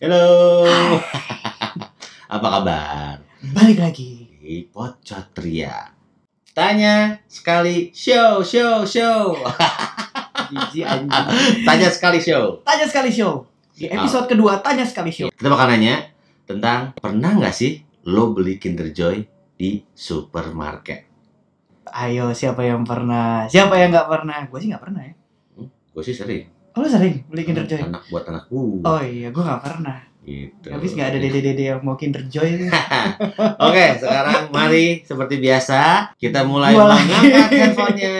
Halo. Apa kabar? Balik lagi. Di Pocot Ria. Tanya sekali show show show. Jijik anjing. Tanya sekali show. Tanya sekali show. Di Iya. episode kedua Tanya sekali show. Kita bakal nanya tentang pernah nggak sih lo beli Kinder Joy di supermarket? Iya. Ayo siapa yang pernah? Siapa yang nggak pernah? Gue sih nggak pernah ya. Gue sih sering. Oh, lu sering beli Kinder Joy? Anak buat anakku. Oh iya, gue nggak pernah. Gitu. Habis nggak ada dede-dede yang mau Kinder Joy. Oke, sekarang mari seperti biasa kita mulai Gua lagi. mengangkat handphonenya.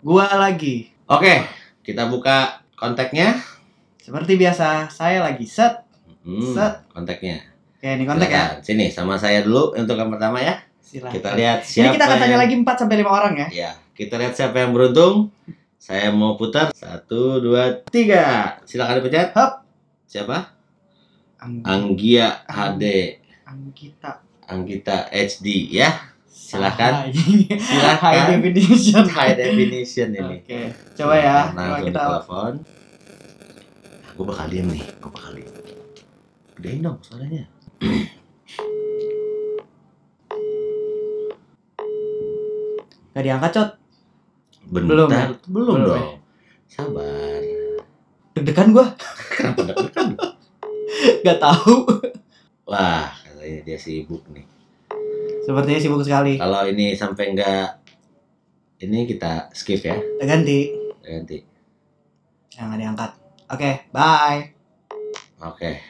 Gua lagi. Oke, kita buka kontaknya. Seperti biasa, saya lagi set. Hmm, Set. kontaknya. Oke, ini kontak ya. Silakan. Iya, Sini sama saya dulu untuk yang pertama ya. Silakan. Kita lihat Ini siapa. kita akan tanya yang- lagi 4 sampai 5 orang ya. Ya, kita lihat siapa yang beruntung. Saya mau putar. Satu, dua, tiga. Silakan dipencet. Hop. Siapa? Ang- Anggia HD. Anggita. Anggita HD ya. Silakan. Sahai. High Silakan. definition. High definition ini. Oke, coba ya. Coba Nah, kita telepon. Gue bakal diem nih, gue bakal diem. Gedein dong suaranya. Gak diangkat, Cot. Bentar, Belum ya? belum, belum Belum dong. Sabar. Deg-degan gua Kenapa deg-degan? Gak tahu. Wah, katanya dia sibuk nih. Sepertinya sibuk sekali. Kalau ini sampai enggak ini kita skip ya Kita ganti. nanti. Jangan diangkat. Oke, bye. Oke,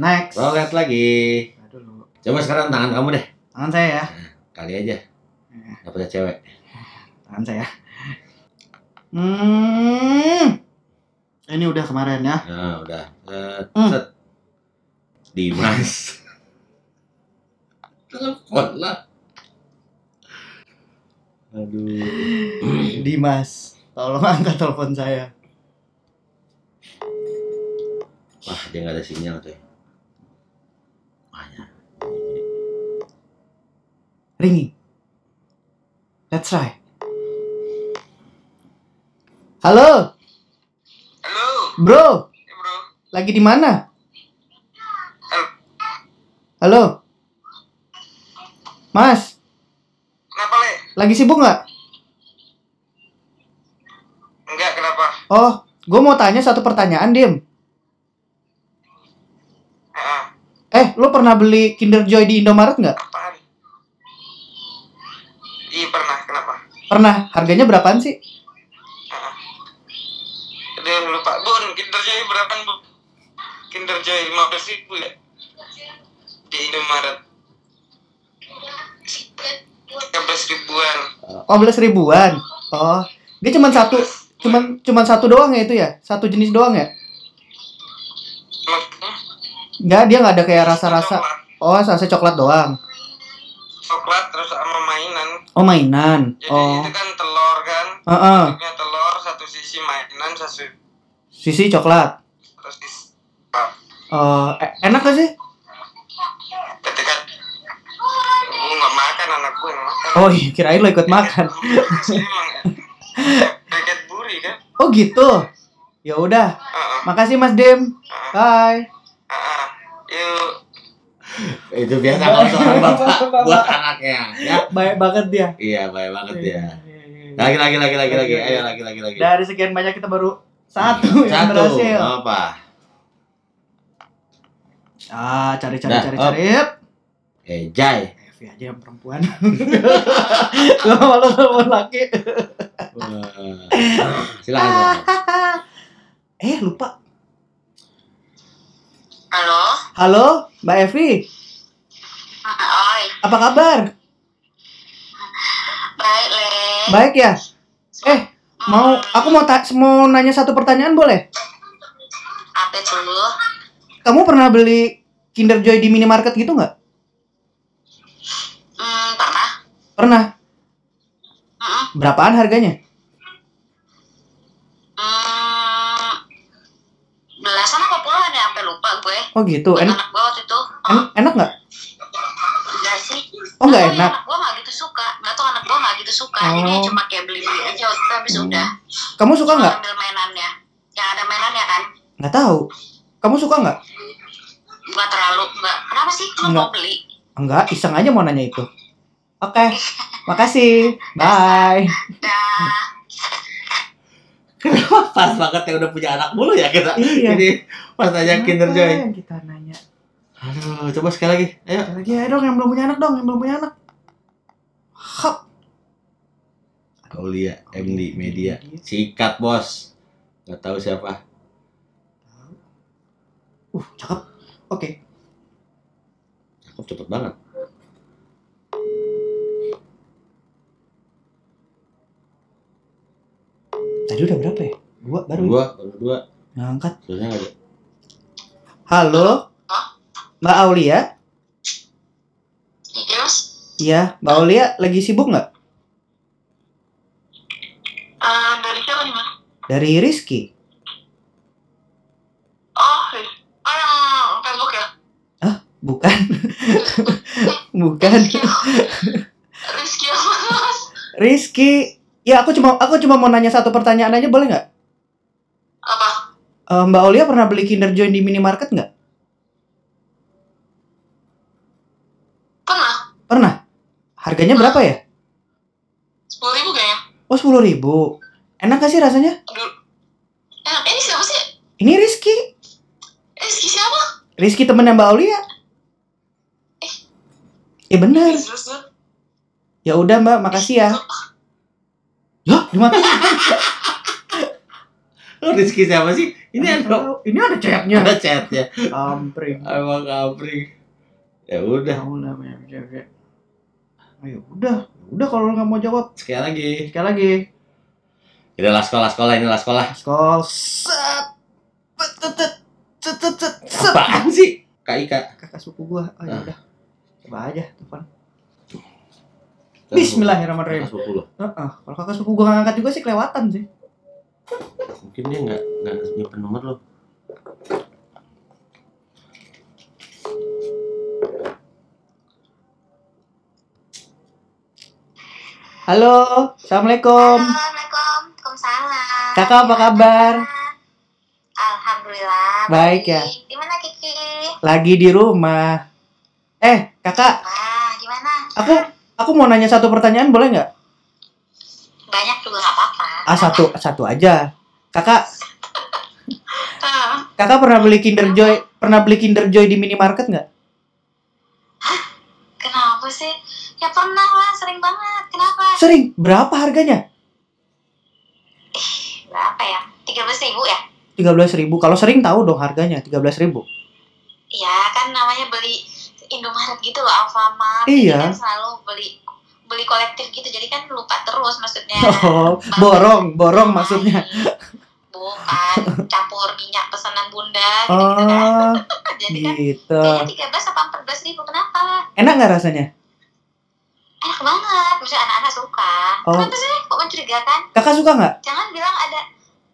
Next. lo lihat lagi. Bentar dulu. Coba sekarang tangan kamu deh, Tangan saya ya. kali aja. Gak percaya cewek. Tangan saya. Hmm. Ini udah kemarin ya. Nah, udah. Set, Hmm. set. Dimas. Telepon lah. Aduh. Dimas, tolong angkat telepon saya. Wah, dia nggak ada sinyal tuh. Banyak. Ringing. Let's try. Halo, Halo, bro. ya bro. Lagi di mana? Halo. Mas, Kenapa le? lagi sibuk nggak? Enggak kenapa? Oh, gue mau tanya satu pertanyaan, Dim. Ah, Eh, lo pernah beli Kinder Joy di Indomaret nggak? apaan? Iya pernah. Kenapa? Pernah. Harganya berapaan sih? Aduh lupa. Bun, Kinder Joy berapa bu? Kinder Joy lima belas ribu ya? Di Indomaret. Tiga belas ribuan. 15 ribuan. Oh, dia cuma satu, cuman cuman satu doang ya itu ya? Satu jenis doang ya? Maksudnya? Nggak, dia nggak ada kayak rasa-rasa. Coklat. Oh, rasa coklat doang. Coklat terus sama mainan. Oh, mainan. Jadi Oh, itu kan telur kan? Heeh. Punya telur satu sisi mainan satu sisi coklat. satu sisi. Ah. Oh, e- enak gak sih? ketika gue nggak makan anak gue nggak makan Oh, iya, kirain lo ikut makan. emang ya, Iya, kaget buri kan Uh-uh. Oh gitu. Ya udah. Heeh, Makasih Mas Dim. heeh, Bye. heeh. Uh-uh. yuk Itu biasa kalau seorang bapak buat anaknya. Ya. Baik banget dia. Nah, Iya, baik banget ya. Lagi, lagi, lagi, lagi, lagi. Ayo, lagi, lagi, lagi. Dari sekian banyak kita baru satu yang Satu. Oh. berhasil. nggak Apa? Ah, cari cari Dah, cari up. cari. Yep. Eh, Jai. Evi aja yang perempuan. Lu malu telepon laki. Wah. Silakan. silakan. eh, lupa. halo Halo, Mbak Evi. oi Apa kabar? baik le Baik ya? Eh, mau aku mau ta- mau nanya satu pertanyaan boleh? apa dulu Kamu pernah beli Kinder Joy di minimarket gitu nggak? hmm pernah Pernah. Heeh. Berapaan harganya? hmm belasan apa puluhan ya sampai lupa gue Oh gitu. Buat En- anak gue waktu itu Oh, en- enak nggak? enggak sih Oh nggak Nggak tahu ya, enak. anak gue nggak gitu suka nggak tau anak gue nggak gitu suka jadi Oh. cuma kayak beli beli aja waktu itu habis udah Kamu suka nggak? ambil mainannya yang ada mainannya kan Nggak tahu. Kamu suka nggak? nggak terlalu nggak kenapa sih lu Nggak. mau beli Enggak, iseng aja mau nanya itu. Oke, makasih. Bye. dah Kenapa pas banget yang udah punya anak mulu ya kita? Ah. Iya. Ini pas nanya Kinder Apa Joy. yang Kita nanya. Aduh, coba sekali lagi. Ayo. Ada Lagi ayo dong yang belum punya anak dong, yang belum punya anak. Hap. Aulia MD Media. Sikat, Bos. Gak tahu siapa. Uh, cakep. Oke. Cakep cepet banget. Tadi udah berapa ya? Dua baru. ya? Dua, baru dua. Ngangkat. Sebenarnya nggak ada. Halo. Mbak Aulia? terus Iya, Mbak Aulia lagi sibuk nggak? Eh, dari siapa nih mas? Dari Rizky. Oh, oh yang Facebook ya? Bukan. Bukan. Rizky ya mas? Rizky. Ya, aku cuma aku cuma mau nanya satu pertanyaan aja boleh nggak? Apa? Eh, Mbak Aulia pernah beli Kinder Joy di minimarket nggak? Pernah? Pernah. Harganya berapa ya? Sepuluh ribu kayaknya. Oh, 10 ribu. Enak gak sih rasanya? Eh, ini siapa sih? Ini Rizky. Eh, Rizky siapa? Rizky temennya Mbak Aulia. Eh. Ya bener. Terus tuh. Ya udah Mbak, makasih ya. Loh, gimana? Oh, Rizky siapa sih? Ini ada Ini ada chatnya. ada chat ya. Kampring. Emang Apri. Ya udah, Tahu lah, ya, ya, ya. Ayo Oh, ya udah, udah kalau lu nggak mau jawab sekali lagi. sekali lagi. Ini lah sekolah, sekolah ini lah sekolah. Skol. Set. Tet, tet, tet, tet, tet, tet, set. Apaan sih? Kak Ika. Kakak suku gua. Oh, Ah. ya udah. Coba aja telepon. Bismillahirrahmanirrahim. Kakak sepupu lo. Heeh, kalau kakak suku gua nggak angkat juga sih kelewatan sih. Mungkin dia nggak nggak nyimpen nomor lo. Halo, halo assalamualaikum. assalamualaikum Waalaikumsalam Kakak apa kabar? alhamdulillah Baik ya. gimana Kiki Lagi di rumah. Eh, kakak, wah gimana aku aku mau nanya satu pertanyaan boleh nggak? banyak juga nggak apa-apa Ah satu satu aja. Kakak, Eh, kakak pernah beli Kinder Joy, pernah beli Kinder Joy di minimarket nggak? kenapa sih ya pernah lah sering banget kenapa Sering. Berapa harganya? berapa ya tiga belas ribu ya 13.000 ribu. Kalau sering tahu dong harganya 13.000 ribu. Iya kan namanya beli Indomaret gitu loh Alfamart Iya. Jadi kan selalu beli beli kolektif gitu jadi kan lupa terus maksudnya Oh, borong, borong maksudnya. bukan kan, campur minyak pesanan bunda gitu, gitu kan Oh, jadi kan Iya. gitu. kayaknya tiga belas apa empat belas ribu kenapa Enak nggak rasanya? enak banget maksudnya anak-anak suka Oh. kenapa sih kok mencurigakan Kakak suka nggak? jangan bilang ada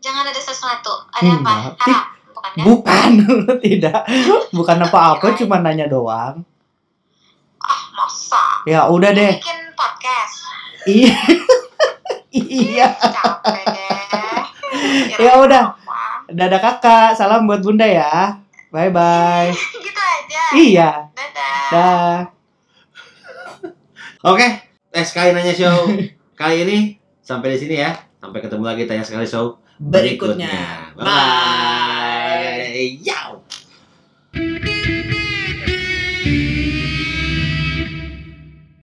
jangan ada sesuatu ada apa Enggak. harap bukan kan Bukan, tidak. Bukan apa-apa, cuma nanya doang. ah masa Ya udah deh. bikin podcast Iya. Iya. capek deh Ya udah. Wah. Dadah kakak. Salam buat bunda ya. Bye bye. gitu aja. Iya. Dadah. Dah. Oke, eh sekali nanya show kali ini sampai di sini ya. Sampai ketemu lagi tanya sekali show berikutnya. Bye.